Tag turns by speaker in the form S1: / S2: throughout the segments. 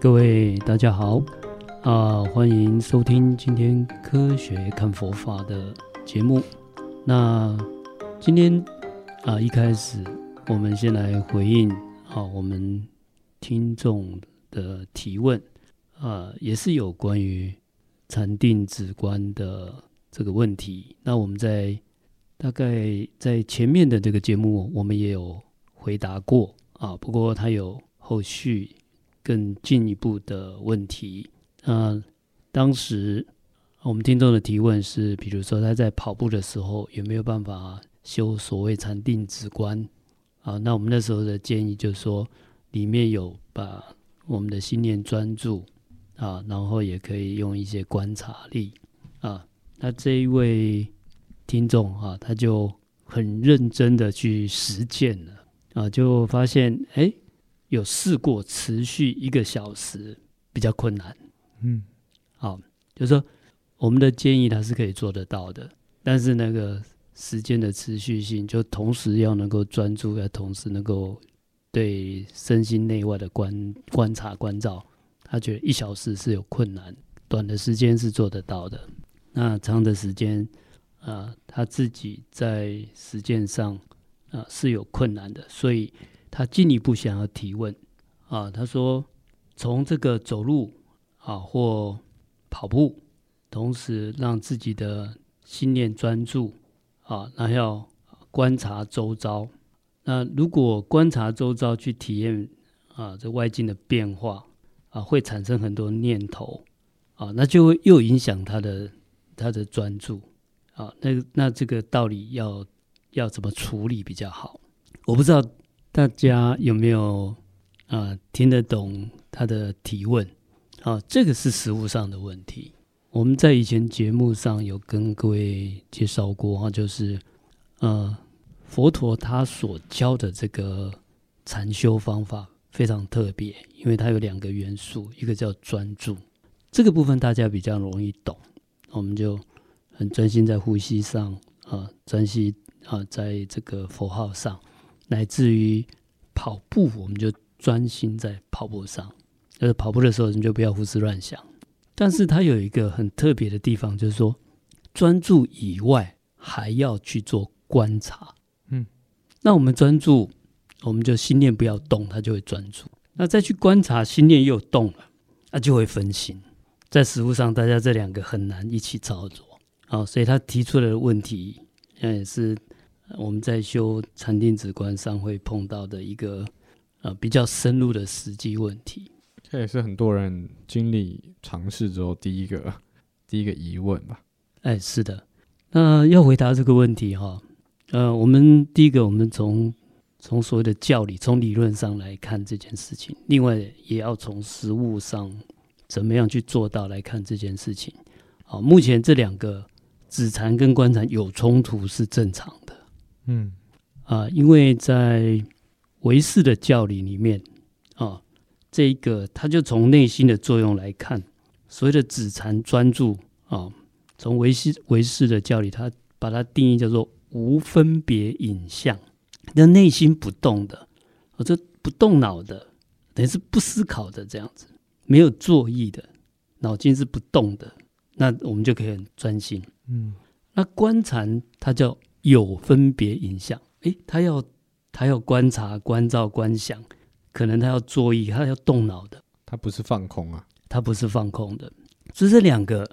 S1: 各位大家好，啊、欢迎收听今天科学看佛法的节目。那今天啊、一开始我们先来回应啊我们听众的提问，啊，也是有关于禅定止观的这个问题。那我们在大概在前面的这个节目，我们也有回答过啊，不过它有后续更进一步的问题。呃，当时我们听众的提问是，比如说他在跑步的时候有没有办法修所谓禅定止观啊？那我们那时候的建议就是说，里面有把我们的心念专注啊，然后也可以用一些观察力啊。那这一位听众啊，他就很认真的去实践了啊，就发现哎。诶有试过持续一个小时比较困难。
S2: 嗯，
S1: 好，就是说我们的建议它是可以做得到的，但是那个时间的持续性，就同时要能够专注，要同时能够对身心内外的观观察关照，他觉得一小时是有困难，短的时间是做得到的，那长的时间，啊，他自己在实践上啊、是有困难的，所以他进一步想要提问啊、他说从这个走路啊或跑步，同时让自己的心念专注啊，那要观察周遭。那如果观察周遭去体验啊这外境的变化啊，会产生很多念头啊，那就会又影响他的他的专注啊。那那这个道理要要怎么处理比较好？我不知道大家有没有啊听得懂他的提问。啊，这个是实物上的问题。我们在以前节目上有跟各位介绍过啊，就是呃，佛陀他所教的这个禅修方法非常特别，因为它有两个元素，一个叫专注，这个部分大家比较容易懂，我们就很专心在呼吸上啊，专心啊，在这个佛号上，乃至于跑步，我们就专心在跑步上。就是跑步的时候，你就不要胡思乱想。但是它有一个很特别的地方，就是说专注以外，还要去做观察。
S2: 嗯，
S1: 那我们专注，我们就心念不要动，它就会专注。那再去观察，心念又动了，那就会分心。在实物上，大家这两个很难一起操作。好，所以他提出的问题，那也是呃我们在修禅定止观上会碰到的一个呃比较深入的实际问题。
S2: 这也是很多人经历尝试之后第一个 第一个疑问吧。
S1: 哎，是的，那要回答这个问题哈、呃，我们第一个，我们从从所谓的教理，从理论上来看这件事情，另外也要从实物上怎么样去做到来看这件事情。好、目前这两个子禅跟观禅有冲突是正常的
S2: 嗯
S1: 啊、因为在唯识的教理里面啊、这一个它就从内心的作用来看，所谓的子禅专注啊、从唯识唯识的教理，它把它定义叫做无分别影像，那内心不动的，我、这不动脑的，等于是不思考的这样子，没有作意的，脑筋是不动的，那我们就可以很专心。
S2: 嗯
S1: 那观禅它叫有分别影像，诶，它要它要观察、观照、观想，可能它要作意，它要动脑的。
S2: 它不是放空啊，
S1: 它不是放空的，所以这两个，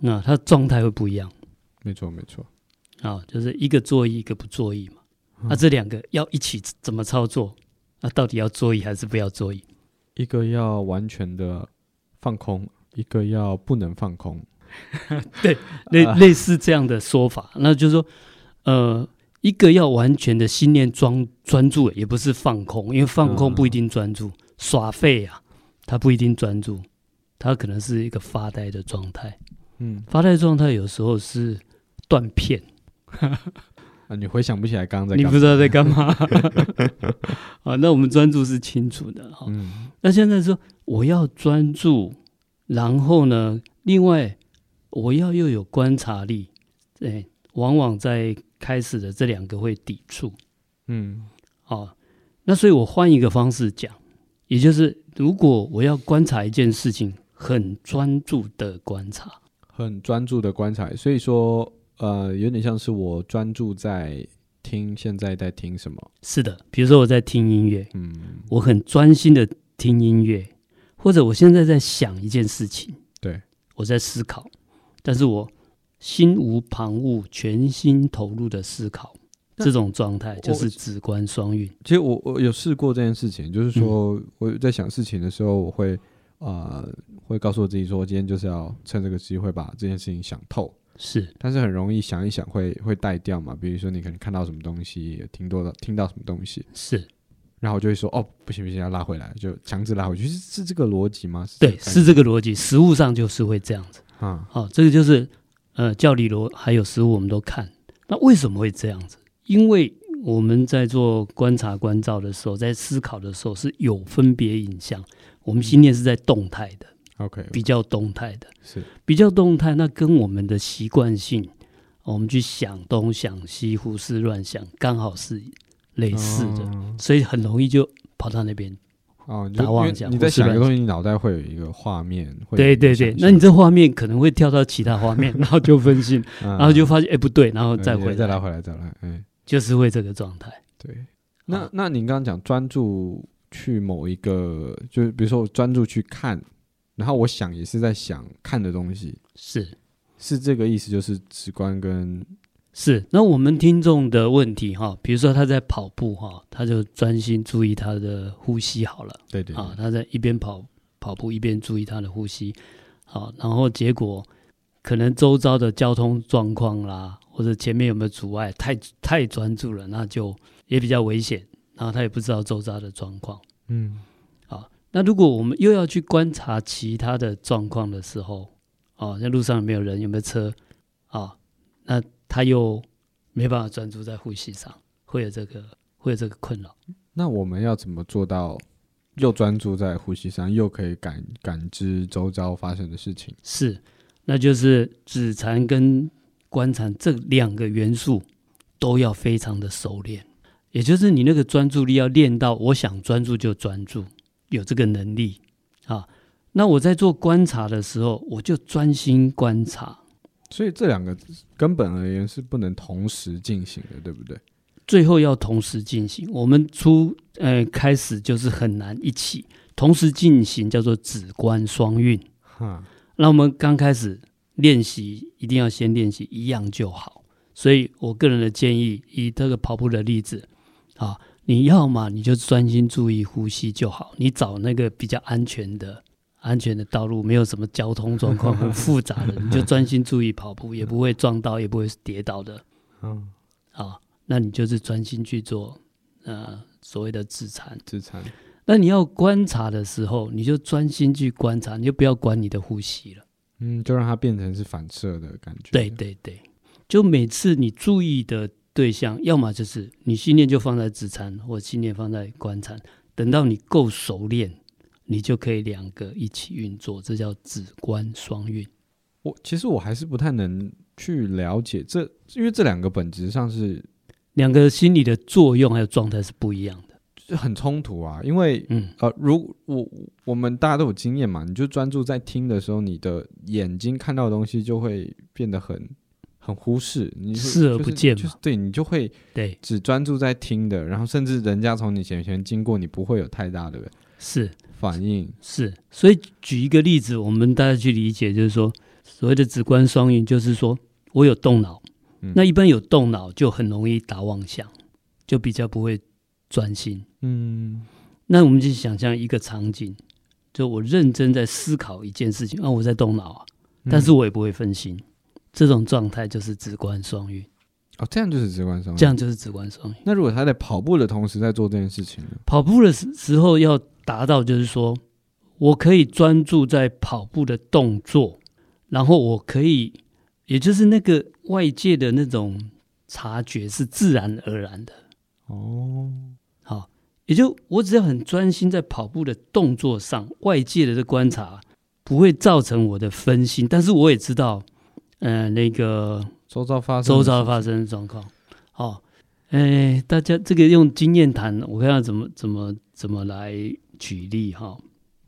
S1: 那它状态会不一样
S2: 没错没错。
S1: 啊，就是一个作意，一个不作意嘛。那、这两个要一起怎么操作？啊，到底要作意还是不要作意？
S2: 一个要完全的放空，一个要不能放空。
S1: 类类似这样的说法，那就是说，呃，一个要完全的心念专专注，也不是放空，因为放空
S2: 嗯
S1: 不一定专注，耍废啊，他不一定专注，他可能是一个发呆的状态。
S2: 嗯，
S1: 发呆状态有时候是断片，
S2: 啊，你回想不起来刚刚在
S1: 你
S2: 干
S1: 不
S2: 嘛？
S1: 知道在干 嘛。 啊，那我们专注是清楚的哈。
S2: 嗯
S1: 那现在说我要专注，然后呢，另外我要又有观察力，对，往往在开始的这两个会抵触
S2: 嗯
S1: 啊。那所以我换一个方式讲，也就是如果我要观察一件事情，很专注的观察，
S2: 很专注的观察，所以说呃，有点像是我专注在听现在在听什么，
S1: 是的，比如说我在听音乐，
S2: 嗯，
S1: 我很专心的听音乐，或者我现在在想一件事情，
S2: 对，
S1: 我在思考，但是我心无旁骛，全心投入的思考，
S2: 那
S1: 这种状态就
S2: 我
S1: 是直观双运。
S2: 其实我我有试过这件事情，就是说我在想事情的时候，我会呃会告诉我自己说，今天就是要趁这个机会把这件事情想透。
S1: 是
S2: 但是很容易想一想会会带掉嘛，比如说你可能看到什么东西，听多到听到什么东西，
S1: 是，
S2: 然后我就会说哦不行不行要拉回来，就强制拉回去，是是这个逻辑吗？
S1: 对，是这个逻辑。实物上就是会这样子。
S2: 啊、
S1: 好、这个就是呃教理罗还有实物我们都看。那为什么会这样子？因为我们在做观察观照的时候，在思考的时候是有分别影像，我们心念是在动态的，
S2: 嗯、，OK
S1: 比较动态的，
S2: 是
S1: 比较动态。那跟我们的习惯性，哦我们去想东想西、胡思乱想，刚好是类似的，
S2: 哦
S1: 所以很容易就跑到那边。
S2: 哦，你
S1: 打
S2: 就因
S1: 妄
S2: 为
S1: 想
S2: 你
S1: 或
S2: 在
S1: 是
S2: 想一个
S1: 乱
S2: 东西，你脑袋会有一个画面，会有
S1: 对
S2: 一个
S1: 对
S2: 想
S1: 对
S2: 象，
S1: 那你这画面可能会跳到其他画面，然后就分 心，
S2: 嗯
S1: 然后就发现哎、不对，然后
S2: 嗯
S1: 再
S2: 你
S1: 回
S2: 再
S1: 来
S2: 拉，回来再来，嗯，
S1: 就是会这个状态。
S2: 对。那
S1: 好
S2: 那您刚刚讲专注去某一个，就是比如说我专注去看，然后我想也是在想看的东西，
S1: 是
S2: 是这个意思，就是直观跟
S1: 是，那我们听众的问题哈，比如说他在跑步哈，他就专心注意他的呼吸好了
S2: 对对
S1: 啊，他在一边跑跑步一边注意他的呼吸，好，然后结果可能周遭的交通状况啦，或者前面有没有阻碍，太太专注了，那就也比较危险，然后他也不知道周遭的状况。
S2: 嗯，
S1: 那如果我们又要去观察其他的状况的时候，哦，那路上有没有人，有没有车，啊、那他又没办法专注在呼吸上，会有这个会有这个困扰。
S2: 那我们要怎么做到又专注在呼吸上，又可以感感知周遭发生的事情？
S1: 是，那就是止禅跟观禅这两个元素都要非常的熟练，也就是你那个专注力要练到我想专注就专注，有这个能力啊。那我在做观察的时候，我就专心观察。
S2: 所以这两个根本而言是不能同时进行的，对不对？
S1: 最后要同时进行。我们初呃开始就是很难一起同时进行，叫做止观双运。
S2: 哈，
S1: 那我们刚开始练习，一定要先练习一样就好。所以我个人的建议，以这个跑步的例子啊，你要嘛你就专心注意呼吸就好，你找那个比较安全的。安全的道路，没有什么交通状况很复杂的，你就专心注意跑步，也不会撞到，也不会跌倒的。
S2: 嗯，
S1: 啊，那你就是专心去做呃所谓的自残。
S2: 自残
S1: 那你要观察的时候，你就专心去观察，你就不要管你的呼吸了。
S2: 嗯，就让它变成是反射的感觉。
S1: 对，对对，就每次你注意的对象，要么就是你心念就放在自残，或心念放在观察。等到你够熟练，你就可以两个一起运作，这叫止观双运。
S2: 我其实我还是不太能去了解这，因为这两个本质上是
S1: 两个心理的作用还有状态是不一样的。
S2: 是很冲突啊，因为。
S1: 嗯，
S2: 呃，如我我们大家都有经验嘛，你就专注在听的时候，你的眼睛看到的东西就会变得很很忽视，你会
S1: 视而
S2: 就
S1: 不
S2: 是
S1: 见
S2: 就是
S1: 嘛
S2: 对你就会
S1: 对，
S2: 只专注在听的，然后甚至人家从你前前经过，你不会有太大的
S1: 是。
S2: 反应。
S1: 是，所以举一个例子，我们大家去理解，就是说，所谓的直观双运，就是说我有动脑，
S2: 嗯
S1: 那一般有动脑就很容易打妄想，就比较不会专心。
S2: 嗯，
S1: 那我们就想象一个场景，就我认真在思考一件事情，啊，我在动脑啊，但是
S2: 嗯
S1: 我也不会分心，这种状态就是直观双运，
S2: 哦，这样就是直观上
S1: 这。样就是直观双运。
S2: 那如果他在跑步的同时在做这件事情呢？
S1: 跑步的时时候要达到，就是说我可以专注在跑步的动作，然后我可以，也就是那个外界的那种察觉是自然而然的。
S2: 哦，
S1: 好，也就我只要很专心在跑步的动作上，外界的这观察不会造成我的分心，但是我也知道，呃，那个
S2: 周遭发生，
S1: 周遭发生的状况。哦，哎，大家这个用经验谈，我看看怎么怎么怎么来举例哈、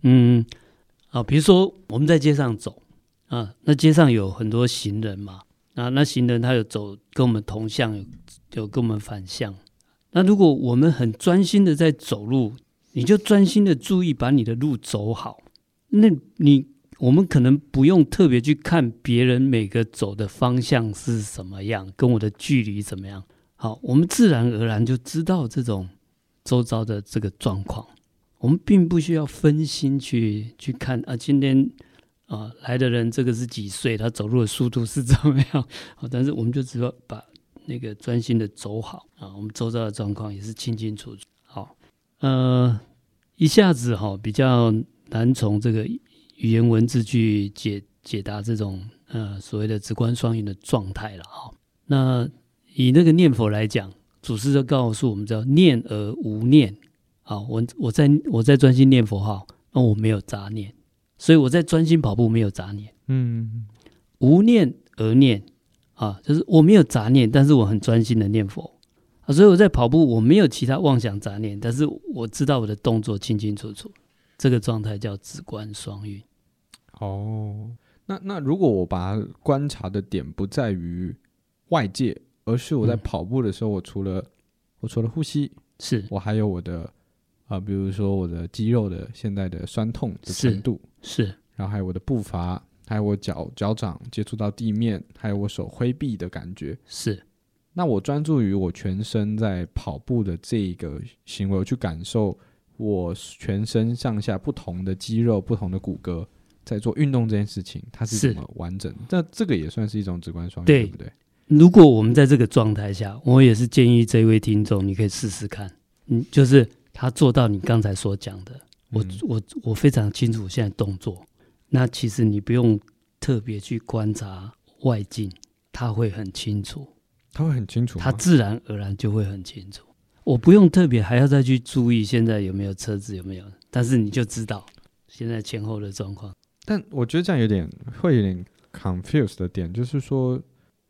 S1: 嗯，啊，比如说我们在街上走啊，那街上有很多行人嘛，啊，那行人他有走跟我们同向，有有跟我们反向。那如果我们很专心的在走路，你就专心的注意把你的路走好。那你我们可能不用特别去看别人每个走的方向是什么样，跟我的距离怎么样。好，我们自然而然就知道这种周遭的这个状况。我们并不需要分心去去看啊，今天啊来的人这个是几岁，他走路的速度是怎么样？ 啊，但是我们就只要把那个专心的走好啊，我们周遭的状况也是清清楚楚。好，呃，一下子哈、比较难从这个语言文字去解解答这种呃所谓的直观双运的状态了哈、那以那个念佛来讲，祖师就告诉我们叫念而无念。好，我我在我在专心念佛号，那我没有杂念，所以我在专心跑步没有杂念，
S2: 嗯，
S1: 无念而念啊，就是我没有杂念，但是我很专心的念佛啊，所以我在跑步我没有其他妄想杂念，但是我知道我的动作清清楚楚，这个状态叫止观双运。
S2: 哦，那那如果我把它观察的点不在于外界，而是我在
S1: 嗯
S2: 跑步的时候，我除了我除了呼吸，
S1: 是
S2: 我还有我的啊、比如说我的肌肉的现在的酸痛的
S1: 是
S2: 程度，
S1: 是，
S2: 然后还有我的步伐，还有我脚脚掌接触到地面，还有我手挥臂的感觉。
S1: 是，
S2: 那我专注于我全身在跑步的这一个行为，我去感受我全身上下不同的肌肉、不同的骨骼在做运动这件事情，它是
S1: 是
S2: 怎么完整？那这个也算是一种直观双运，
S1: 对
S2: 对不对？
S1: 如果我们在这个状态下，我也是建议这位听众，你可以试试看，嗯，就是他做到你刚才所讲的。我
S2: 嗯
S1: 我我非常清楚现在动作，那其实你不用特别去观察外境，他会很清楚，
S2: 他会很清楚吗，
S1: 他自然而然就会很清楚。我不用特别还要再去注意现在有没有车子有没有，但是你就知道现在前后的状况。
S2: 但我觉得这样有点会有点 confused 的点，就是说，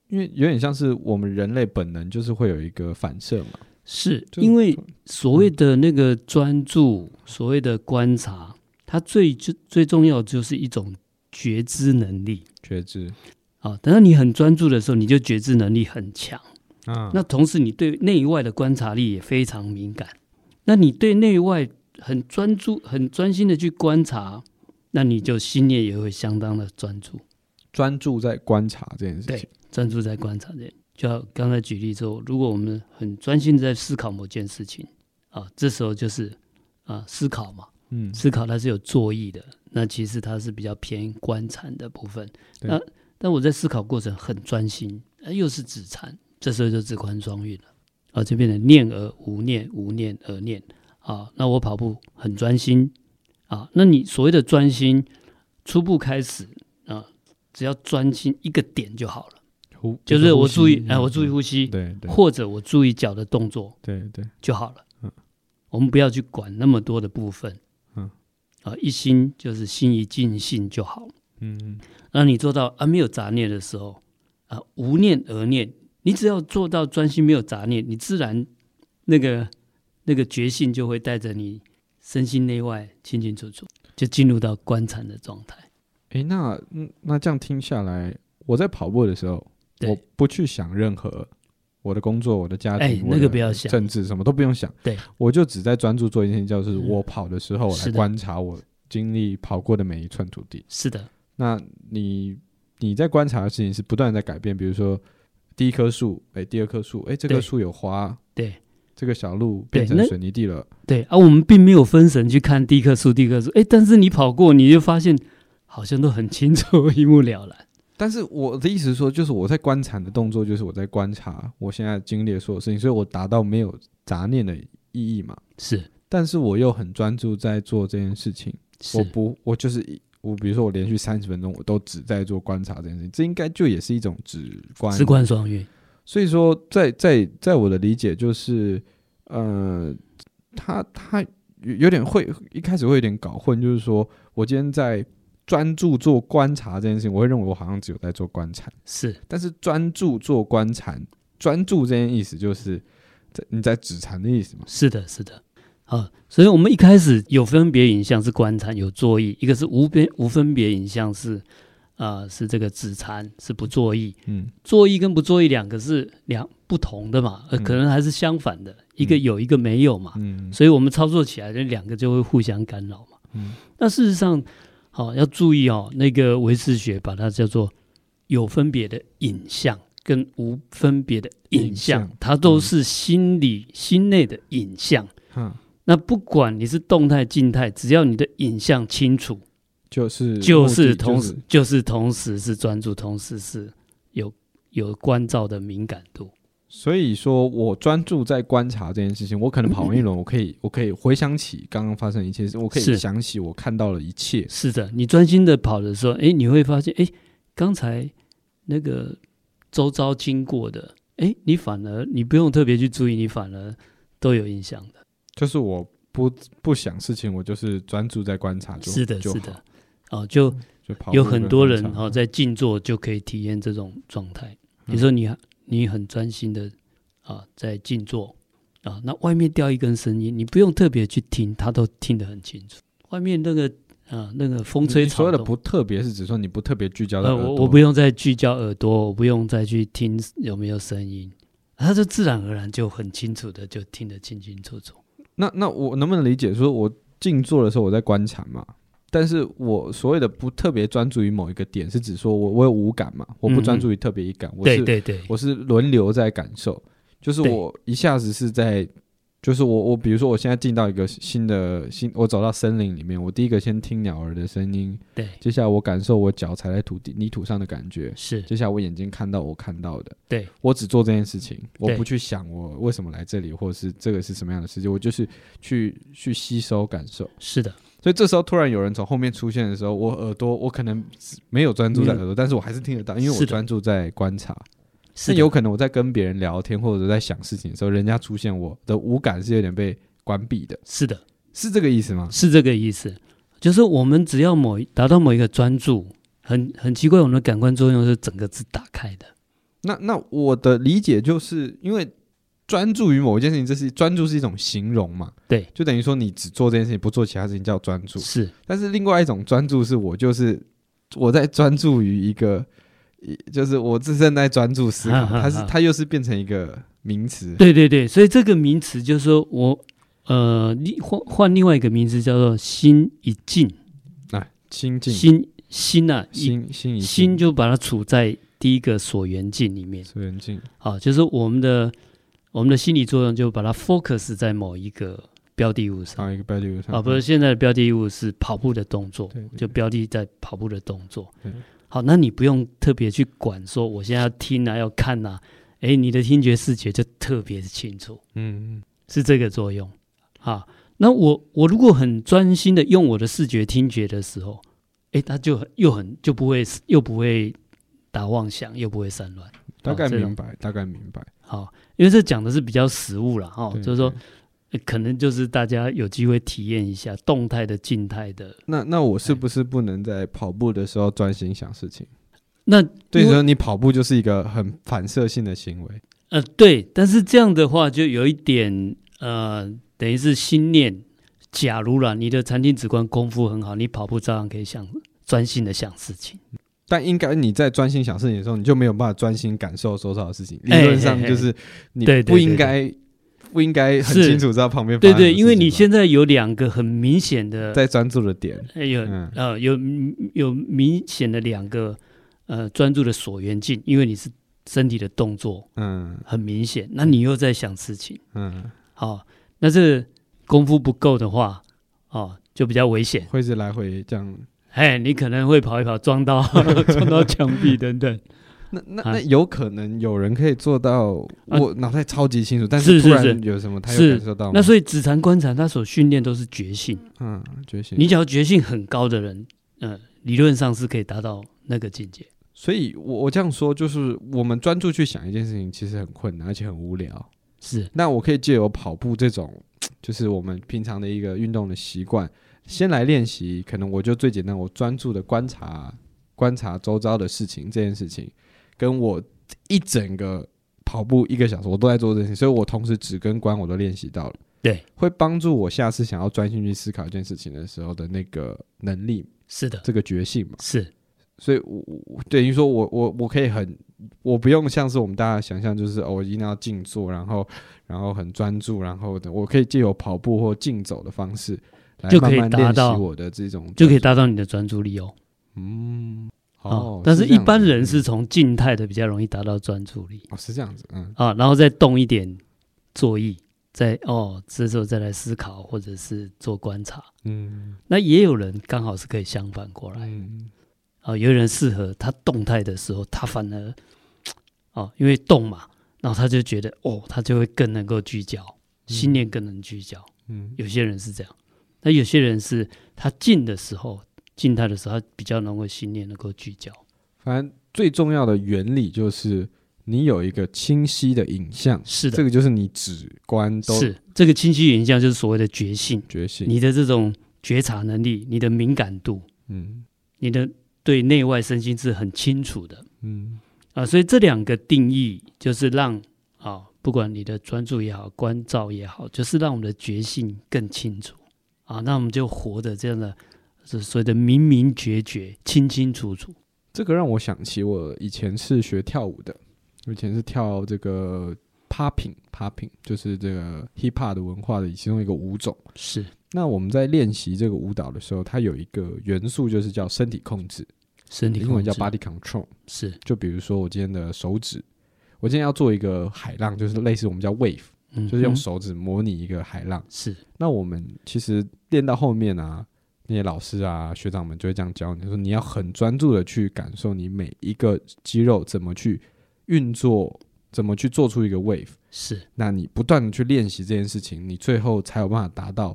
S2: 因为有点像是我们人类本能就是会有一个反射嘛，
S1: 是
S2: 就
S1: 因为所谓的那个专注，所谓的观察，它最最最重要的就是一种觉知能力
S2: 觉知
S1: 啊。等到你很专注的时候，你就觉知能力很强。
S2: 啊
S1: 那同时，你对内外的观察力也非常敏感。那你对内外很专注、很专心的去观察，那你就心念也会相当的专注，
S2: 专注在观察这件事
S1: 对
S2: 情。
S1: 专注在观察点。就要刚才举例说，如果我们很专心地在思考某件事情啊，这时候就是啊思考嘛，
S2: 嗯，
S1: 思考它是有作意的，那其实它是比较偏观禅的部分。
S2: 对
S1: 那但我在思考过程很专心，呃又是止禅，这时候就止观双运了，啊，就变成念而无念，无念而念啊。那我跑步很专心啊，那你所谓的专心，初步开始啊，只要专心一个点就好了，
S2: 呼
S1: 就是我
S2: 呼吸
S1: 注意
S2: 嗯
S1: 哎、我注意呼吸，
S2: 对对
S1: 或者我注意脚的动作，
S2: 对对，
S1: 就好了。
S2: 嗯
S1: 我们不要去管那么多的部分。
S2: 嗯，
S1: 啊，一心就是心一尽性就好。
S2: 嗯，
S1: 那你做到啊没有杂念的时候，啊无念而念，你只要做到专心没有杂念，你自然那个那个觉性就会带着你身心内外清清楚楚，就进入到观禅的状态。
S2: 诶，那嗯那这样听下来，我在跑步的时候，
S1: 对
S2: 我不去想任何我的工作、我的家
S1: 哎
S2: 庭、我
S1: 那个
S2: 的
S1: 不要想
S2: 政治什么都不用想，
S1: 对，
S2: 我就只在专注做一件事，就是
S1: 嗯
S2: 我跑的时候，我
S1: 是的
S2: 来观察我经历跑过的每一寸土地。
S1: 是的，
S2: 那你你在观察的事情是不断地在改变，比如说第一棵树，诶，第二棵树，诶，这
S1: 对
S2: 棵树有花，
S1: 对
S2: 这个小路
S1: 对
S2: 变成
S1: 那
S2: 水泥地了，
S1: 对啊，我们并没有分神去看第一棵树、第一棵树，哎，但是你跑过，你就发现好像都很清楚，一目了然。
S2: 但是我的意思是说，就是我在观察的动作，就是我在观察我现在经历的所有事情，所以我达到没有杂念的意义嘛。
S1: 是
S2: 但是我又很专注在做这件事情，
S1: 是
S2: 我不，我就是一我，比如说我连续三十分钟，我都只在做观察这件事情，这应该就也是一种直观。
S1: 直观双运。
S2: 所以说在，在在我的理解就是，呃，他他有有点会一开始会有点搞混，就是说我今天在专注做观察这件事情，我会认为我好像只有在做观察。
S1: 是
S2: 但是专注做观察，专注这件意思就是在你在指禅的意思嘛？
S1: 是的，是的。啊，所以我们一开始有分别影像是观察，有作意；一个是无边无分别影像是，呃，是这个指禅，是不作意。
S2: 嗯
S1: 作意跟不作意两个是两不同的嘛，呃，
S2: 嗯
S1: 可能还是相反的，一个有，一个没有嘛。
S2: 嗯
S1: 所以我们操作起来，这两个就会互相干扰嘛。
S2: 嗯
S1: 那事实上，好、要注意哦，那个唯识学把它叫做有分别的影像跟无分别的影
S2: 影
S1: 像，
S2: 像
S1: 它都
S2: 嗯
S1: 是心理、心内的影像。
S2: 哈，
S1: 那不管你是动态、静态，只要你的影像清楚，
S2: 就是
S1: 就
S2: 目的
S1: 是同时
S2: 是
S1: 就是同时是专注，同时是有有关照的敏感度。
S2: 所以说我专注在观察这件事情，我可能跑 完一轮，我可以我可以回想起刚刚发生的一切事，我可以
S1: 是
S2: 想起我看到了一切。
S1: 是的，你专心的跑的时候，哎，你会发现，哎，刚才那个周遭经过的，哎，你反而你不用特别去注意，你反而都有印象的。
S2: 就是我不不想事情，我就是专注在观察就是
S1: 的，
S2: 就是好
S1: 的，哦，就
S2: 就跑
S1: 有
S2: 步跟
S1: 很多
S2: 观
S1: 人
S2: 察
S1: 哦，在静坐就可以体验这种状态。
S2: 嗯
S1: 比如说你你很专心的啊，在静坐啊，那外面掉一根声音，你不用特别去听，他都听得很清楚。外面那个啊，那个风吹
S2: 你所
S1: 草
S2: 有的
S1: 动，
S2: 不特别是指说你不特别聚焦在
S1: 呃，
S2: 耳朵、
S1: 我我不用再聚焦耳朵，我不用再去听有没有声音，他就自然而然就很清楚的就听得清清楚楚。
S2: 那那我能不能理解说，我静坐的时候我在观察嘛？但是我所谓的不特别专注于某一个点，是指说我我有五感嘛，我不专注于特别一感，我是
S1: 嗯对对对，
S2: 我是轮流在感受，就是
S1: 对
S2: 我一下子是在，就是我我比如说我现在进到一个新的新，我走到森林里面，我第一个先听鸟儿的声音，
S1: 对
S2: 接下来我感受我脚踩在土地泥土上的感觉，
S1: 是
S2: 接下来我眼睛看到我看到的，
S1: 对
S2: 我只做这件事情，我
S1: 对
S2: 不去想我为什么来这里，或者是这个是什么样的世界，我就是去去吸收感受。
S1: 是的，
S2: 所以这时候突然有人从后面出现的时候，我耳朵我可能没有专注在
S1: 没有
S2: 耳朵，但是我还是听得到，因为
S1: 嗯是
S2: 我
S1: 的
S2: 专注在观察。
S1: 是
S2: 那
S1: 的
S2: 有可能我在跟别人聊天或者在想事情的时候，人家出现，我的五感是有点被关闭的，
S1: 是的。
S2: 是这个意思吗？
S1: 是这个意思，就是我们只要某一达到某一个专注，很很奇怪，我们的感官作用是整个是打开的。
S2: 那那我的理解就是因为专注于某一件事情，这是专注是一种形容嘛？
S1: 对，
S2: 就等于说你只做这件事情，不做其他事情叫专注。
S1: 是
S2: 但是另外一种专注是我就是我在专注于一个，一就是我自身在专注思考，
S1: 哈哈哈
S2: 它是它又是变成一个名词。
S1: 对对对，所以这个名词就是说我呃，另换换另外一个名词叫做心一静，
S2: 啊，心境，
S1: 心心啊，一
S2: 心心一
S1: 心就把它处在第一个所缘境里面
S2: 所缘境，
S1: 啊，就是我们的我们的心理作用就把它 focus 在某一个标的物上
S2: 上一个标题上
S1: 啊，不是现在的标的物是跑步的动作，
S2: 对对
S1: 就标的在跑步的动作
S2: 对。
S1: 好，那你不用特别去管说我现在要听啊，要看啊，诶，你的听觉视觉就特别清楚，
S2: 嗯嗯
S1: 是这个作用啊。那我我如果很专心的用我的视觉听觉的时候，诶，它就很又很就不会又不会打妄想，又不会散乱。
S2: 大概
S1: 哦这种
S2: 明白，大概明白。
S1: 好，因为这讲的是比较实物了哈，哦
S2: 对
S1: 就是说
S2: 对
S1: 呃可能就是大家有机会体验一下动态的、静态的。
S2: 那那我
S1: 哎
S2: 是不是不能在跑步的时候专心想事情？
S1: 那
S2: 对你
S1: 因为
S2: 说，你跑步就是一个很反射性的行为。
S1: 呃，对，但是这样的话就有一点呃，等于是心念。假如啦，你的禅定止观功夫很好，你跑步照样可以想专心的想事情。
S2: 但应该你在专心想事情的时候，你就没有办法专心感受周遭的事情。理
S1: 哎
S2: 论上就是你
S1: 对对
S2: 不应该不应该很
S1: 是
S2: 清楚知道旁边发
S1: 对
S2: 生
S1: 对，
S2: 什么
S1: 因为你
S2: 事情
S1: 现在有两个很明显
S2: 嘛
S1: 的，
S2: 在专注的点，
S1: 哎有
S2: 嗯
S1: 呃有有明显的两个呃专注的所缘境，因为你是身体的动作
S2: 嗯
S1: 很明显，那你又在想事情，
S2: 嗯，
S1: 好、那这功夫不够的话，哦就比较危险。
S2: 会是来回这样。
S1: 哎，你可能会跑一跑撞 到撞到墙壁等等，
S2: 那那
S1: 啊
S2: 那有可能有人可以做到，
S1: 啊
S2: 我脑袋超级清楚，但
S1: 是
S2: 突
S1: 是是
S2: 然有什么他有
S1: 是
S2: 感受到吗？
S1: 那所以指禅观察，它所训练都是觉性。
S2: 嗯，觉醒。
S1: 你只要觉性很高的人，呃，理论上是可以达到那个境界。
S2: 所以我我这样说，就是我们专注去想一件事情，其实很困难，而且很无聊。
S1: 是
S2: 那我可以借由跑步这种，就是我们平常的一个运动的习惯，先来练习。可能我就最简单，我专注的观察观察周遭的事情，这件事情跟我一整个跑步一个小时，我都在做这件事情，所以我同时只跟观我都练习到了。
S1: 对，
S2: 会帮助我下次想要专心去思考一件事情的时候的那个能力，
S1: 是的，
S2: 这个决心嘛。
S1: 是
S2: 所以我，我我等于说我我我可以很，我不用像是我们大家想象，就是哦，我一定要静坐，然后然后很专注，然后的我可以借由跑步或竞走的方式来
S1: 就可
S2: 慢
S1: 以
S2: 慢
S1: 达
S2: 练习
S1: 到
S2: 我的这种专注，
S1: 就可以达到你的专注力哦。
S2: 嗯
S1: 啊、
S2: 哦，
S1: 但是
S2: 这
S1: 一
S2: 样
S1: 般
S2: 子
S1: 人
S2: 嗯
S1: 是从静态的比较容易达到专注力
S2: 哦是这样子，嗯
S1: 啊，然后再动一点坐意，再哦这时候再来思考或者是做观察。
S2: 嗯
S1: 那也有人刚好是可以相反过来
S2: 嗯
S1: 啊，有人适合他动态的时候，他反而哦，因为动嘛，然后他就觉得哦，他就会更能够聚焦，心念更能聚焦。
S2: 嗯
S1: 有些人是这样，那有些人是他静的时候，静态的时候，他比较能够心念能够聚焦。
S2: 反正最重要的原理就是你有一个清晰的影像，
S1: 是
S2: 这
S1: 的，
S2: 个就是你直观都
S1: 是这个清晰影像就是所谓的觉性，
S2: 觉醒，
S1: 你的这种觉察能力，你的敏感度，
S2: 嗯
S1: 你的对内外身心是很清楚的。
S2: 嗯
S1: 啊，所以这两个定义就是让啊，不管你的专注也好，关照也好，就是让我们的觉性更清楚啊，那我们就活得这样的，是所谓的明明觉觉、清清楚楚。
S2: 这个让我想起我以前是学跳舞的，我以前是跳这个 popping popping，就是这个 hip hop 的文化的其中一个舞种。
S1: 是
S2: 那我们在练习这个舞蹈的时候，它有一个元素就是叫身体控制，
S1: 身体
S2: 英
S1: 控
S2: 文
S1: 制
S2: 叫 body control。
S1: 是
S2: 就比如说我今天的手指，我今天要做一个海浪，就是类似我们叫 wave，
S1: 嗯
S2: 就是用
S1: 哼
S2: 手指模拟一个海浪。
S1: 是
S2: 那我们其实练到后面啊，那些老师啊、学长们就会这样教你，就说你要很专注的去感受你每一个肌肉怎么去运作，怎么去做出一个 wave。
S1: 是
S2: 那你不断的去练习这件事情，你最后才有办法达到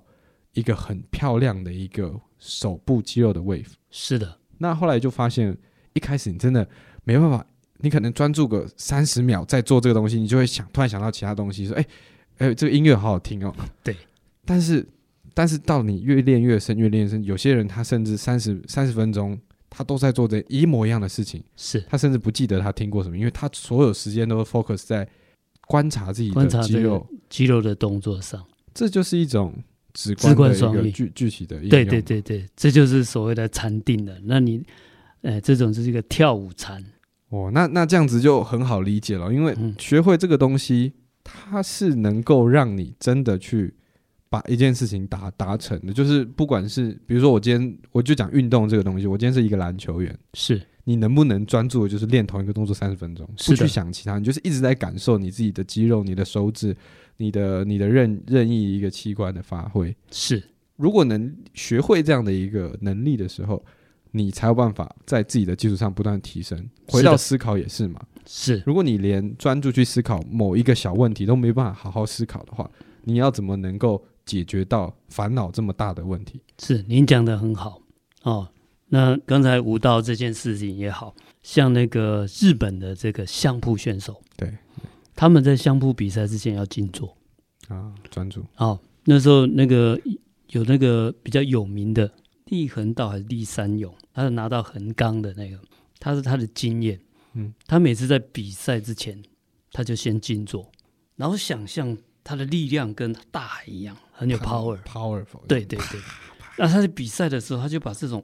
S2: 一个很漂亮的一个手部肌肉的 wave。
S1: 是的，
S2: 那后来就发现，一开始你真的没办法，你可能专注个三十秒在做这个东西，你就会想突然想到其他东西，说：“哎、哎、这个音乐好好听哦。”
S1: 对。
S2: 但是，但是到你越练越深，越练越深，有些人他甚至三十三十分钟，他都在做这一模一样的事情，
S1: 是
S2: 他甚至不记得他听过什么，因为他所有时间都 focus 在观察自己的
S1: 观察
S2: 肌
S1: 这个
S2: 肉，
S1: 肌肉的动作上。
S2: 这就是一种直
S1: 直观
S2: 观的一
S1: 双
S2: 个
S1: 运
S2: 具具体的应用。
S1: 对对对对，这就是所谓的禅定了。那你，呃，这种就是一个跳舞禅，
S2: 哦，那那这样子就很好理解了，因为
S1: 嗯
S2: 学会这个东西，它是能够让你真的去把一件事情达达成的。就是不管是比如说我今天我就讲运动这个东西，我今天是一个篮球员，
S1: 是
S2: 你能不能专注的就是练同一个动作三十分钟，
S1: 是
S2: 不
S1: 的
S2: 去想其他，你就是一直在感受你自己的肌肉、你的手指、你的你的任任意一个器官的发挥。
S1: 是
S2: 如果能学会这样的一个能力的时候，你才有办法在自己的基础上不断提升。回
S1: 是
S2: 到
S1: 的
S2: 思考也是嘛，
S1: 是
S2: 如果你连专注去思考某一个小问题都没办法好好思考的话，你要怎么能够解决到烦恼这么大的问题？
S1: 是，您讲的很好哦。那刚才舞蹈这件事情也好像那个日本的这个相扑选手，
S2: 对对
S1: 他们在相扑比赛之前要静坐
S2: 啊，专注，
S1: 哦。那时候那个有那个比较有名的立恒道还是立三勇，他是拿到横纲的那个，他是他的经验，
S2: 嗯，
S1: 他每次在比赛之前，他就先静坐，然后想象他的力量跟大海一样，很有 power，
S2: powerful，
S1: 对，对对，那他在比赛的时候，他就把这种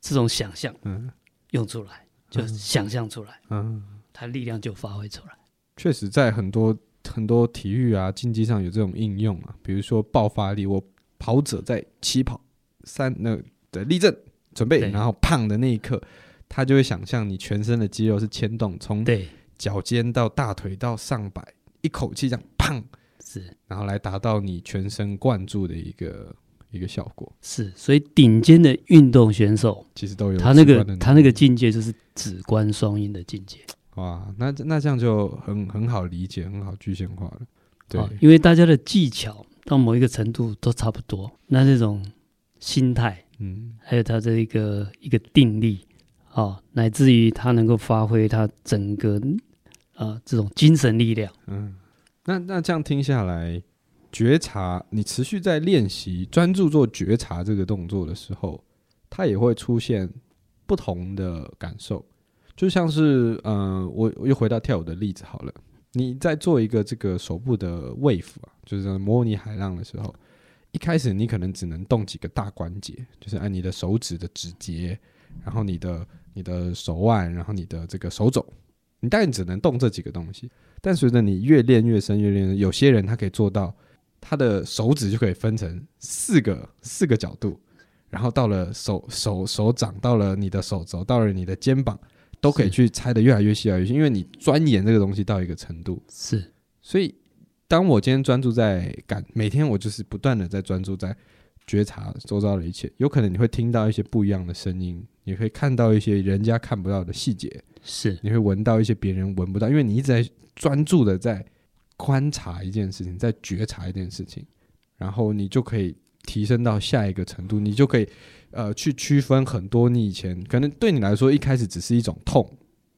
S1: 这种想象
S2: 嗯
S1: 用出来，就想象出来，
S2: 嗯，
S1: 他力量就发挥出来。
S2: 确实在很多很多体育啊竞技上有这种应用啊，比如说爆发力，我跑者在起跑三那的立正准备，
S1: 对
S2: 然后胖的那一刻。他就会想象你全身的肌肉是牵动，从
S1: 对，
S2: 脚尖到大腿到上摆，一口气这样胖
S1: 是
S2: 然后来达到你全神贯注的一个一个效果，
S1: 是，所以顶尖的运动选手，
S2: 其实都有
S1: 他那
S2: 直
S1: 个
S2: 观的
S1: 他那个
S2: 能力
S1: 境界就是指观双运的境界
S2: 哇，那那这样就很很好理解，很好具象化了。对，
S1: 啊，因为大家的技巧到某一个程度都差不多，那这种心态，
S2: 嗯，
S1: 还有他的一个一个定力啊，乃至于他能够发挥他整个啊这种精神力量。
S2: 那那这样听下来，觉察你持续在练习专注做觉察这个动作的时候，它也会出现不同的感受，就像是嗯、呃我我又回到跳舞的例子好了。你在做一个这个手部的 wave 啊，就是模拟海浪的时候，一开始你可能只能动几个大关节，就是按你的手指的指节，然后你的你的手腕，然后你的这个手肘，你大概只能动这几个东西。但随着你越练越深，越练越深，有些人他可以做到，他的手指就可以分成四个四个角度，然后到了手手手掌，到了你的手肘，到了你的肩膀，都可以
S1: 是
S2: 去拆的越来越细，越来越细，因为你钻研这个东西到一个程度，
S1: 是
S2: 所以，当我今天专注在感，每天我就是不断的在专注在觉察周遭的一切，有可能你会听到一些不一样的声音，你会看到一些人家看不到的细节，
S1: 是
S2: 你会闻到一些别人闻不到，因为你一直在专注的在观察一件事情，在觉察一件事情，然后你就可以提升到下一个程度，你就可以呃去区分很多你以前可能对你来说一开始只是一种痛，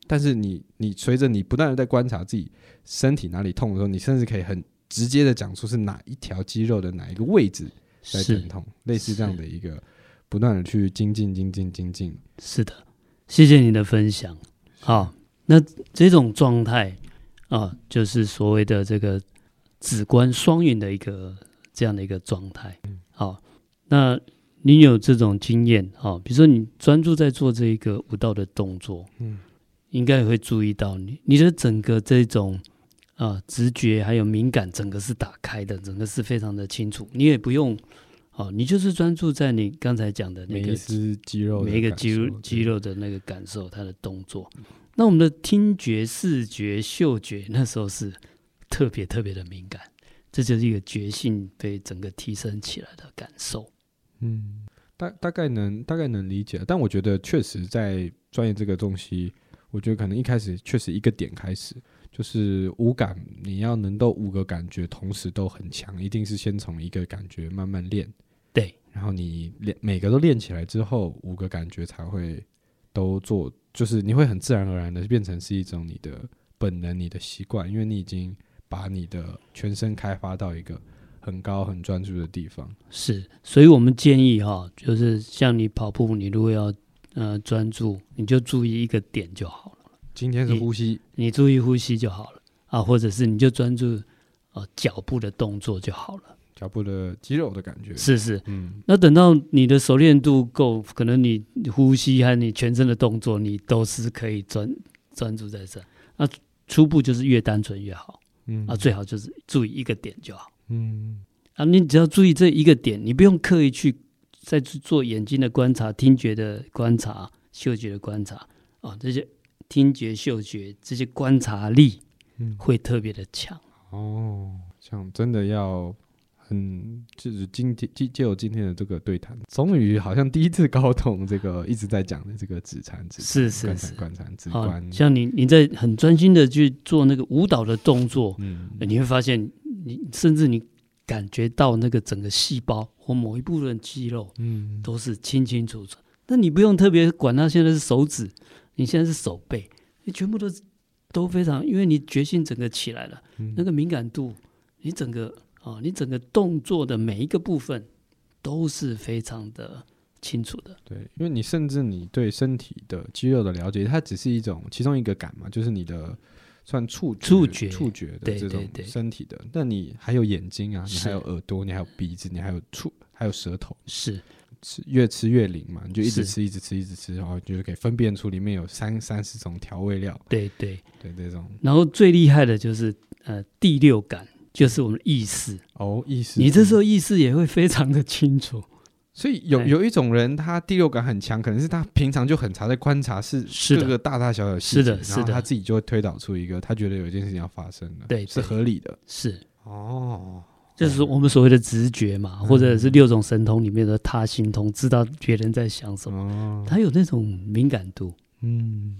S2: 但是你你随着你不断的在观察自己身体哪里痛的时候，你甚至可以很直接的讲出是哪一条肌肉的哪一个位置在疼
S1: 是
S2: 痛，类似这样
S1: 是
S2: 的一个不断的去精进精进精进，
S1: 是的，谢谢你的分享。好，那这种状态啊，就是所谓的这个子观双运的一个这样的一个状态。
S2: 嗯
S1: 好，那你有这种经验啊？比如说你专注在做这个舞蹈的动作，
S2: 嗯，
S1: 应该也会注意到你你的整个这种。啊，直觉还有敏感，整个是打开的，整个是非常的清楚。你也不用，啊，你就是专注在你刚才讲的那
S2: 每
S1: 个
S2: 一丝肌肉的
S1: 每一个
S2: 感
S1: 肌
S2: 受
S1: 肉
S2: 对
S1: 肌肉的那个感受，它的动作。那我们的听觉、视觉、嗅觉那时候是特别特别的敏感，这就是一个觉性被整个提升起来的感受。
S2: 嗯，大大概能大概能理解，但我觉得确实在专业这个东西，我觉得可能一开始确实一个点开始，就是五感，你要能够五个感觉同时都很强，一定是先从一个感觉慢慢练，
S1: 对，
S2: 然后你练每个都练起来之后，五个感觉才会都做，就是你会很自然而然的变成是一种你的本能、你的习惯，因为你已经把你的全身开发到一个很高、很专注的地方。
S1: 是，所以我们建议哈、就是像你跑步，你如果要呃专注，你就注意一个点就好了，
S2: 今天是
S1: 你
S2: 呼吸，
S1: 你注意呼吸就好了啊，或者是你就专注呃脚步的动作就好了。
S2: 脚部的肌肉的感觉。
S1: 是是，
S2: 嗯，
S1: 那等到你的熟练度够，可能你呼吸和你全身的动作，你都是可以专专注在这。那初步就是越单纯越好
S2: 嗯
S1: 啊，最好就是注意一个点就好
S2: 嗯
S1: 啊。你只要注意这一个点，你不用刻意去再去做眼睛的观察、听觉的观察、嗅觉的观察啊，这些听觉、嗅觉这些观察力
S2: 嗯，
S1: 会特别的强。
S2: 哦，像真的要很就是今天借借由今天的这个对谈，终于好像第一次搞懂这个一直在讲的这个指禅指
S1: 是是
S2: 观
S1: 是
S2: 察观察直
S1: 啊
S2: 观，，
S1: 像你你在很专心的去做那个舞蹈的动作，
S2: 嗯
S1: 呃你会发现你，甚至你感觉到那个整个细胞或某一部分肌肉
S2: 嗯
S1: 都是清清楚楚。那你不用特别管它现在是手指，你现在是手背，你全部都是都非常，因为你觉性整个起来了，
S2: 嗯
S1: 那个敏感度，你整个啊、你整个动作的每一个部分都是非常的清楚的。
S2: 对，因为你甚至你对身体的肌肉的了解，它只是一种其中一个感嘛，就是你的算触
S1: 触
S2: 觉
S1: 觉
S2: 触觉的
S1: 对
S2: 这种
S1: 对对
S2: 身体的。那你还有眼睛啊，你还
S1: 是
S2: 有耳朵，你还有鼻子，你还有触，还有舌头，
S1: 是
S2: 吃越吃越灵嘛，你就一直
S1: 是
S2: 吃一直吃一直吃，然后就是可以分辨出里面有三三十种调味料，
S1: 对对，
S2: 对这种
S1: 然后最厉害的就是呃第六感，就是我们的意识。
S2: 哦意识。
S1: 你这时候意识也会非常的清楚。
S2: 所以有
S1: 哎
S2: 有一种人，他第六感很强，可能是他平常就很常在观察是
S1: 是的
S2: 各个大大小小的细节，
S1: 是的
S2: 然
S1: 是
S2: 后
S1: 的
S2: 他自己就会推导出一个他觉得有一件事情要发生了，
S1: 对
S2: 是
S1: 对
S2: 合理的。
S1: 是，
S2: 哦，
S1: 就是我们所谓的直觉嘛，
S2: 嗯
S1: 或者是六种神通里面的他心通，知道别人在想什么，
S2: 哦，
S1: 他有那种敏感度
S2: 嗯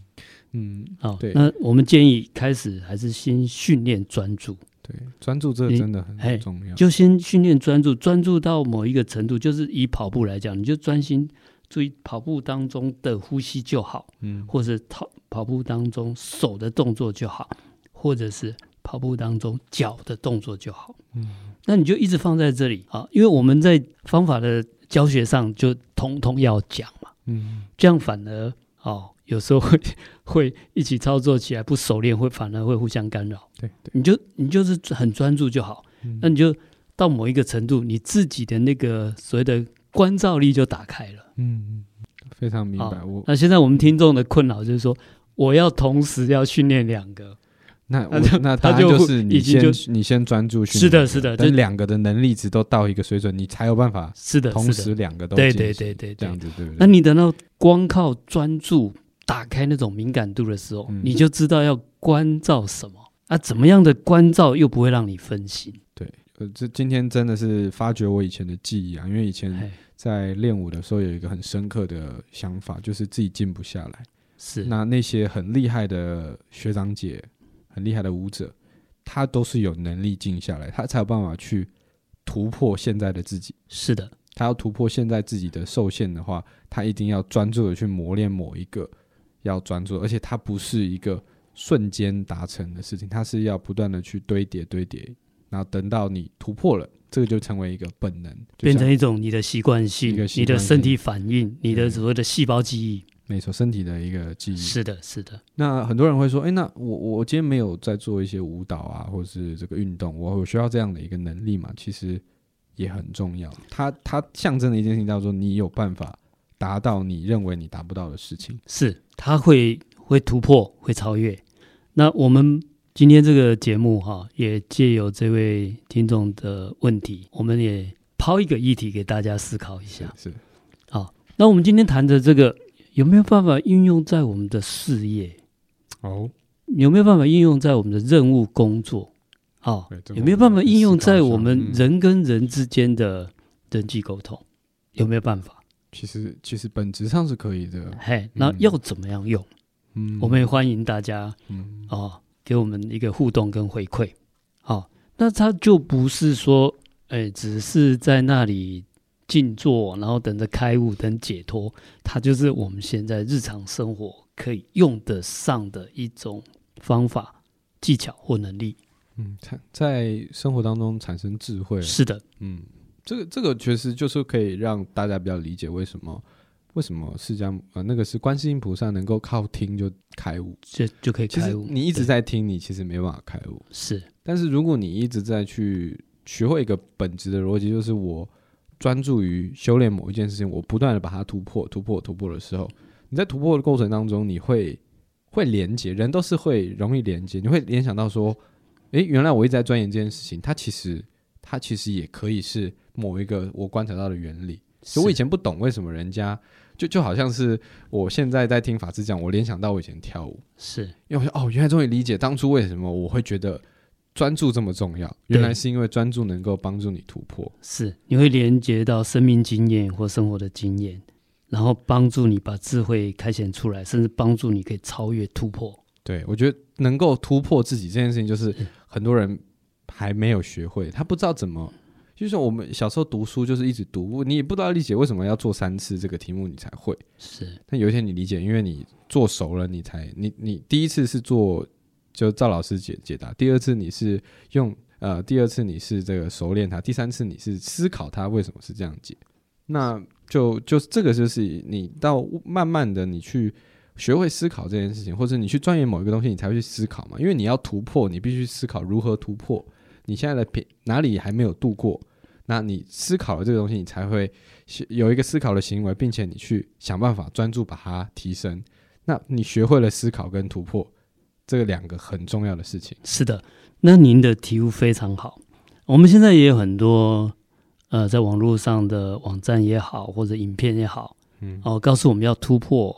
S2: 嗯，
S1: 啊、哦
S2: 对
S1: 那我们建议开始还是先训练专注，
S2: 对，专注这个
S1: 你
S2: 真的
S1: 哎
S2: 很重要。
S1: 就先训练专注，专注到某一个程度，就是以跑步来讲，你就专心注意跑步当中的呼吸就好，
S2: 嗯
S1: 或者跑跑步当中手的动作就好，或者是跑步当中脚的动作就好。
S2: 嗯
S1: 那你就一直放在这里啊，因为我们在方法的教学上就通通要讲嘛，
S2: 嗯，
S1: 这样反而哦有时候 会会一起操作起来不熟练，会反而会互相干扰。
S2: 对对，
S1: 你就你就是很专注就好，
S2: 嗯
S1: 那你就到某一个程度，你自己的那个所谓的关照力就打开了。
S2: 嗯，嗯非常明白。
S1: 好
S2: 我
S1: 那现在我们听众的困扰就是说，我要同时要训练两个，
S2: 那
S1: 他
S2: 我
S1: 就
S2: 那
S1: 他
S2: 当然
S1: 就会
S2: 是你
S1: 已经
S2: 先你先专注训
S1: 是的
S2: 练
S1: 是的
S2: 这
S1: 这
S2: 两个的能力值都到一个水准，你才有办法
S1: 是的，
S2: 同
S1: 是
S2: 时
S1: 的。
S2: 两个都
S1: 对
S2: 进
S1: 对
S2: 行
S1: 对对
S2: 这
S1: 对
S2: 样子对不
S1: 那
S2: 对？
S1: 你等到光靠专注打开那种敏感度的时候，
S2: 嗯
S1: 你就知道要关照什么。啊，怎么样的关照又不会让你分心？
S2: 呃，这今天真的是发掘我以前的记忆啊，因为以前
S1: 哎，
S2: 在练舞的时候有一个很深刻的想法，就是自己静不下来。
S1: 是，
S2: 那那些很厉害的学长姐、很厉害的舞者，他都是有能力静下来，他才有办法去突破现在的自己。
S1: 是的，
S2: 他要突破现在自己的受限的话，他一定要专注的去磨练某一个要专注的，而且它不是一个瞬间达成的事情，它是要不断的去堆叠堆叠，然后等到你突破了，这个就成为一个本能，就
S1: 变
S2: 像
S1: 成一种你的习惯性
S2: 一个、习
S1: 你的
S2: 惯
S1: 身
S2: 性嗯
S1: 体反应、你的
S2: 对
S1: 所谓的细胞记忆。
S2: 没错身体的一个记忆。
S1: 是的，是的，
S2: 那很多人会说，哎诶，那我我今天没有在做一些舞蹈啊，或者是这个运动，我我需要这样的一个能力嘛？其实也很重要。它它象征的一件事情叫做你有办法达到你认为你达不到的事情。
S1: 是它会会突破，会超越。那我们今天这个节目哈、也借由这位听众的问题，我们也抛一个议题给大家思考一下。
S2: 是，
S1: 那我们今天谈的这个有没有办法运用在我们的事业？
S2: 哦，
S1: 有没有办法应用在我们的任务工作？哦，
S2: 哎对这个
S1: 有没有办法应用在我
S2: 我们
S1: 们
S2: 思考一下嗯
S1: 人跟人之间的人际沟通？有没有办法？
S2: 其实其实本质上是可以的。
S1: 嘿，那
S2: 嗯
S1: 要怎么样用？
S2: 嗯，
S1: 我们也欢迎大家
S2: 嗯
S1: 哦，给我们一个互动跟回馈。好、那他就不是说，哎，只是在那里静坐，然后等着开悟、等解脱，它就是我们现在日常生活可以用得上的一种方法、技巧或能力。
S2: 嗯，产在生活当中产生智慧，
S1: 是的，
S2: 嗯，这个这个确实就是可以让大家比较理解为什么为什么释迦呃那个是观世音菩萨能够靠听就开悟。
S1: 就就可以
S2: 其实
S1: 开悟。
S2: 你一直
S1: 对
S2: 在听，你其实没办法开悟。
S1: 是
S2: 但是如果你一直在去学会一个本质的逻辑，就是我专注于修炼某一件事情，我不断的把它突破、突破、突破的时候，你在突破的过程当中，你会会连接，人都是会容易连接，你会联想到说，诶，原来我一直在钻研这件事情，它其实它其实也可以是某一个我观察到的原理。所以我以
S1: 是
S2: 前不懂为什么人家就就好像是我现在在听法师讲，我联想到我以前跳舞，
S1: 是
S2: 因为我说哦，原来终于理解当初为什么我会觉得专注这么重要，
S1: 对
S2: 原来是因为专注能够帮助你突破。
S1: 是，你会连接到生命经验或生活的经验，然后帮助你把智慧开显出来，甚至帮助你可以超越、突破。
S2: 对我觉得能够突破自己这件事情，就是很多人还没有学会，他不知道怎么。就是我们小时候读书，就是一直读，你也不知道理解为什么要做三次这个题目，你才会。
S1: 是。
S2: 但有一天你理解，因为你做熟了，你才你你第一次是做就赵老师解解答，第二次你是用呃，第二次你是这个熟练它，第三次你是思考它为什么是这样解，那就就这个就是你到慢慢的你去学会思考这件事情，或者你去钻研某一个东西，你才会去思考嘛，因为你要突破，你必须思考如何突破，你现在的瓶哪里还没有度过。那你思考了这个东西，你才会有一个思考的行为，并且你去想办法专注把它提升。那你学会了思考跟突破，这两个很重要的事情。
S1: 是的，那您的题目非常好。我们现在也有很多呃，在网络上的网站也好，或者影片也好，
S2: 嗯，
S1: 哦、告诉我们要突破，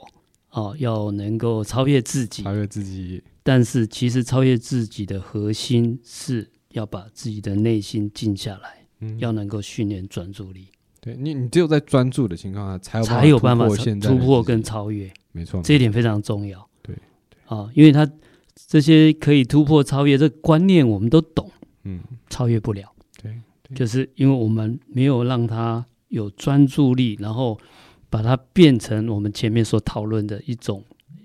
S1: 哦、要能够超越自己。
S2: 超越自己，
S1: 但是其实超越自己的核心是要把自己的内心静下来，
S2: 嗯
S1: 要能够训练专注力，
S2: 对你，你只有在专注的情况下，才有
S1: 才有办法
S2: 突破现在的
S1: 突破
S2: 自己
S1: 跟超越。
S2: 没错，
S1: 这一点非常重要。
S2: 对
S1: 啊，因为他这些可以突破、超越这观念，我们都懂，
S2: 嗯，
S1: 超越不了。
S2: 对对
S1: 就是因为我们没有让他有专注力，然后把它变成我们前面所讨论的一种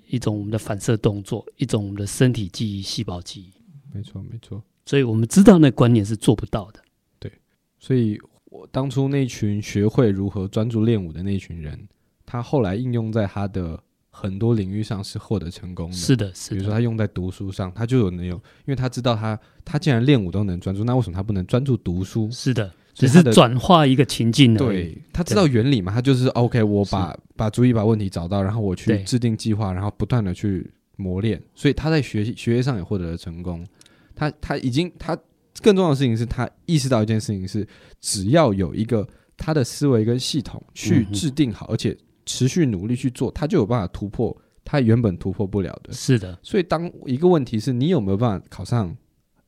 S1: 一种我们的反射动作，一种我们的身体记忆、细胞记忆。
S2: 没错，没错。
S1: 所以我们知道那观念是做不到的。
S2: 所以我当初那群学会如何专注练舞的那群人，他后来应用在他的很多领域上是获得成功的。
S1: 是的，是
S2: 嗯比如说
S1: 的，
S2: 他用在读书上，他就有能有，因为他知道他他既然练武都能专注，那为什么他不能专注读书？
S1: 是的，
S2: 所
S1: 只
S2: 以他
S1: 是
S2: 的
S1: 转化一个情境而已。
S2: 对他知道原理嘛，他就是哦 OK，我把把主意把问题找到，然后我去
S1: 对
S2: 制定计划，然后不断的去磨练，所以他在学习学业上也获得了成功。他他已经他更重要的事情是他意识到一件事情是，只要有一个他的思维跟系统去
S1: 嗯哼
S2: 制定好，而且持续努力去做，他就有办法突破他原本突破不了的。
S1: 是的，
S2: 所以当一个问题是你有没有办法考上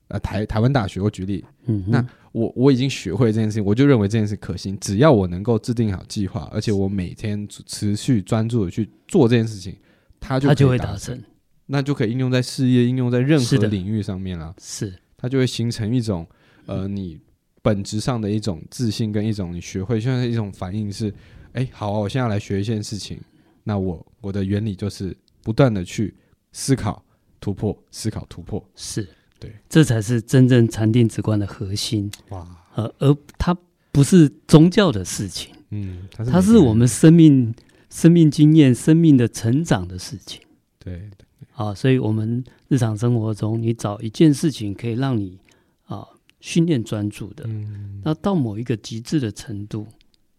S2: 呃台台湾大学，我举例，
S1: 嗯哼，
S2: 那我我已经学会这件事情，我就认为这件事可行。只要我能够制定好计划，而且我每天持持续专注的去做这件事情，它就
S1: 它就
S2: 可
S1: 会
S2: 以达
S1: 达，成。
S2: 那就可以应用在事业、应用在任何
S1: 是的
S2: 领域上面啦。
S1: 是
S2: 它就会形成一种呃，你本质上的一种自信跟一种你学会，像是一种反应是，哎，好啊，我现在来学一件事情，那我我的原理就是不断的去思考突破，思考突破，
S1: 是，
S2: 对，
S1: 这才是真正禅定止观的核心。
S2: 哇，
S1: 呃，而它不是宗教的事情，
S2: 嗯，它是
S1: 它
S2: 每
S1: 是
S2: 个人
S1: 我们生命、生命经验、生命的成长的事情
S2: 对
S1: 啊。所以，我们日常生活中，你找一件事情可以让你啊训练专注的，
S2: 嗯
S1: 那到某一个极致的程度，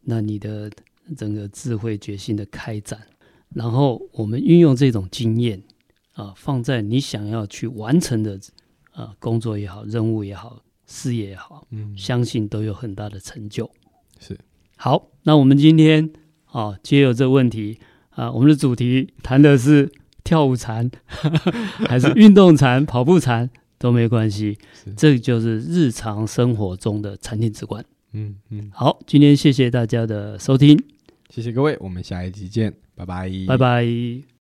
S1: 那你的整个智慧觉醒的开展，然后我们运用这种经验啊、放在你想要去完成的啊工作也好、任务也好、事业也好，
S2: 嗯
S1: 相信都有很大的成就。
S2: 是。
S1: 好，那我们今天啊，借由这问题啊，我们的主题谈的是跳舞禅， 还是运动禅、跑步禅都没关系
S2: 是，
S1: 这就是日常生活中的禅定之观。
S2: 嗯嗯，
S1: 好，今天谢谢大家的收听，
S2: 谢谢各位，我们下一集见，拜拜，
S1: 拜拜。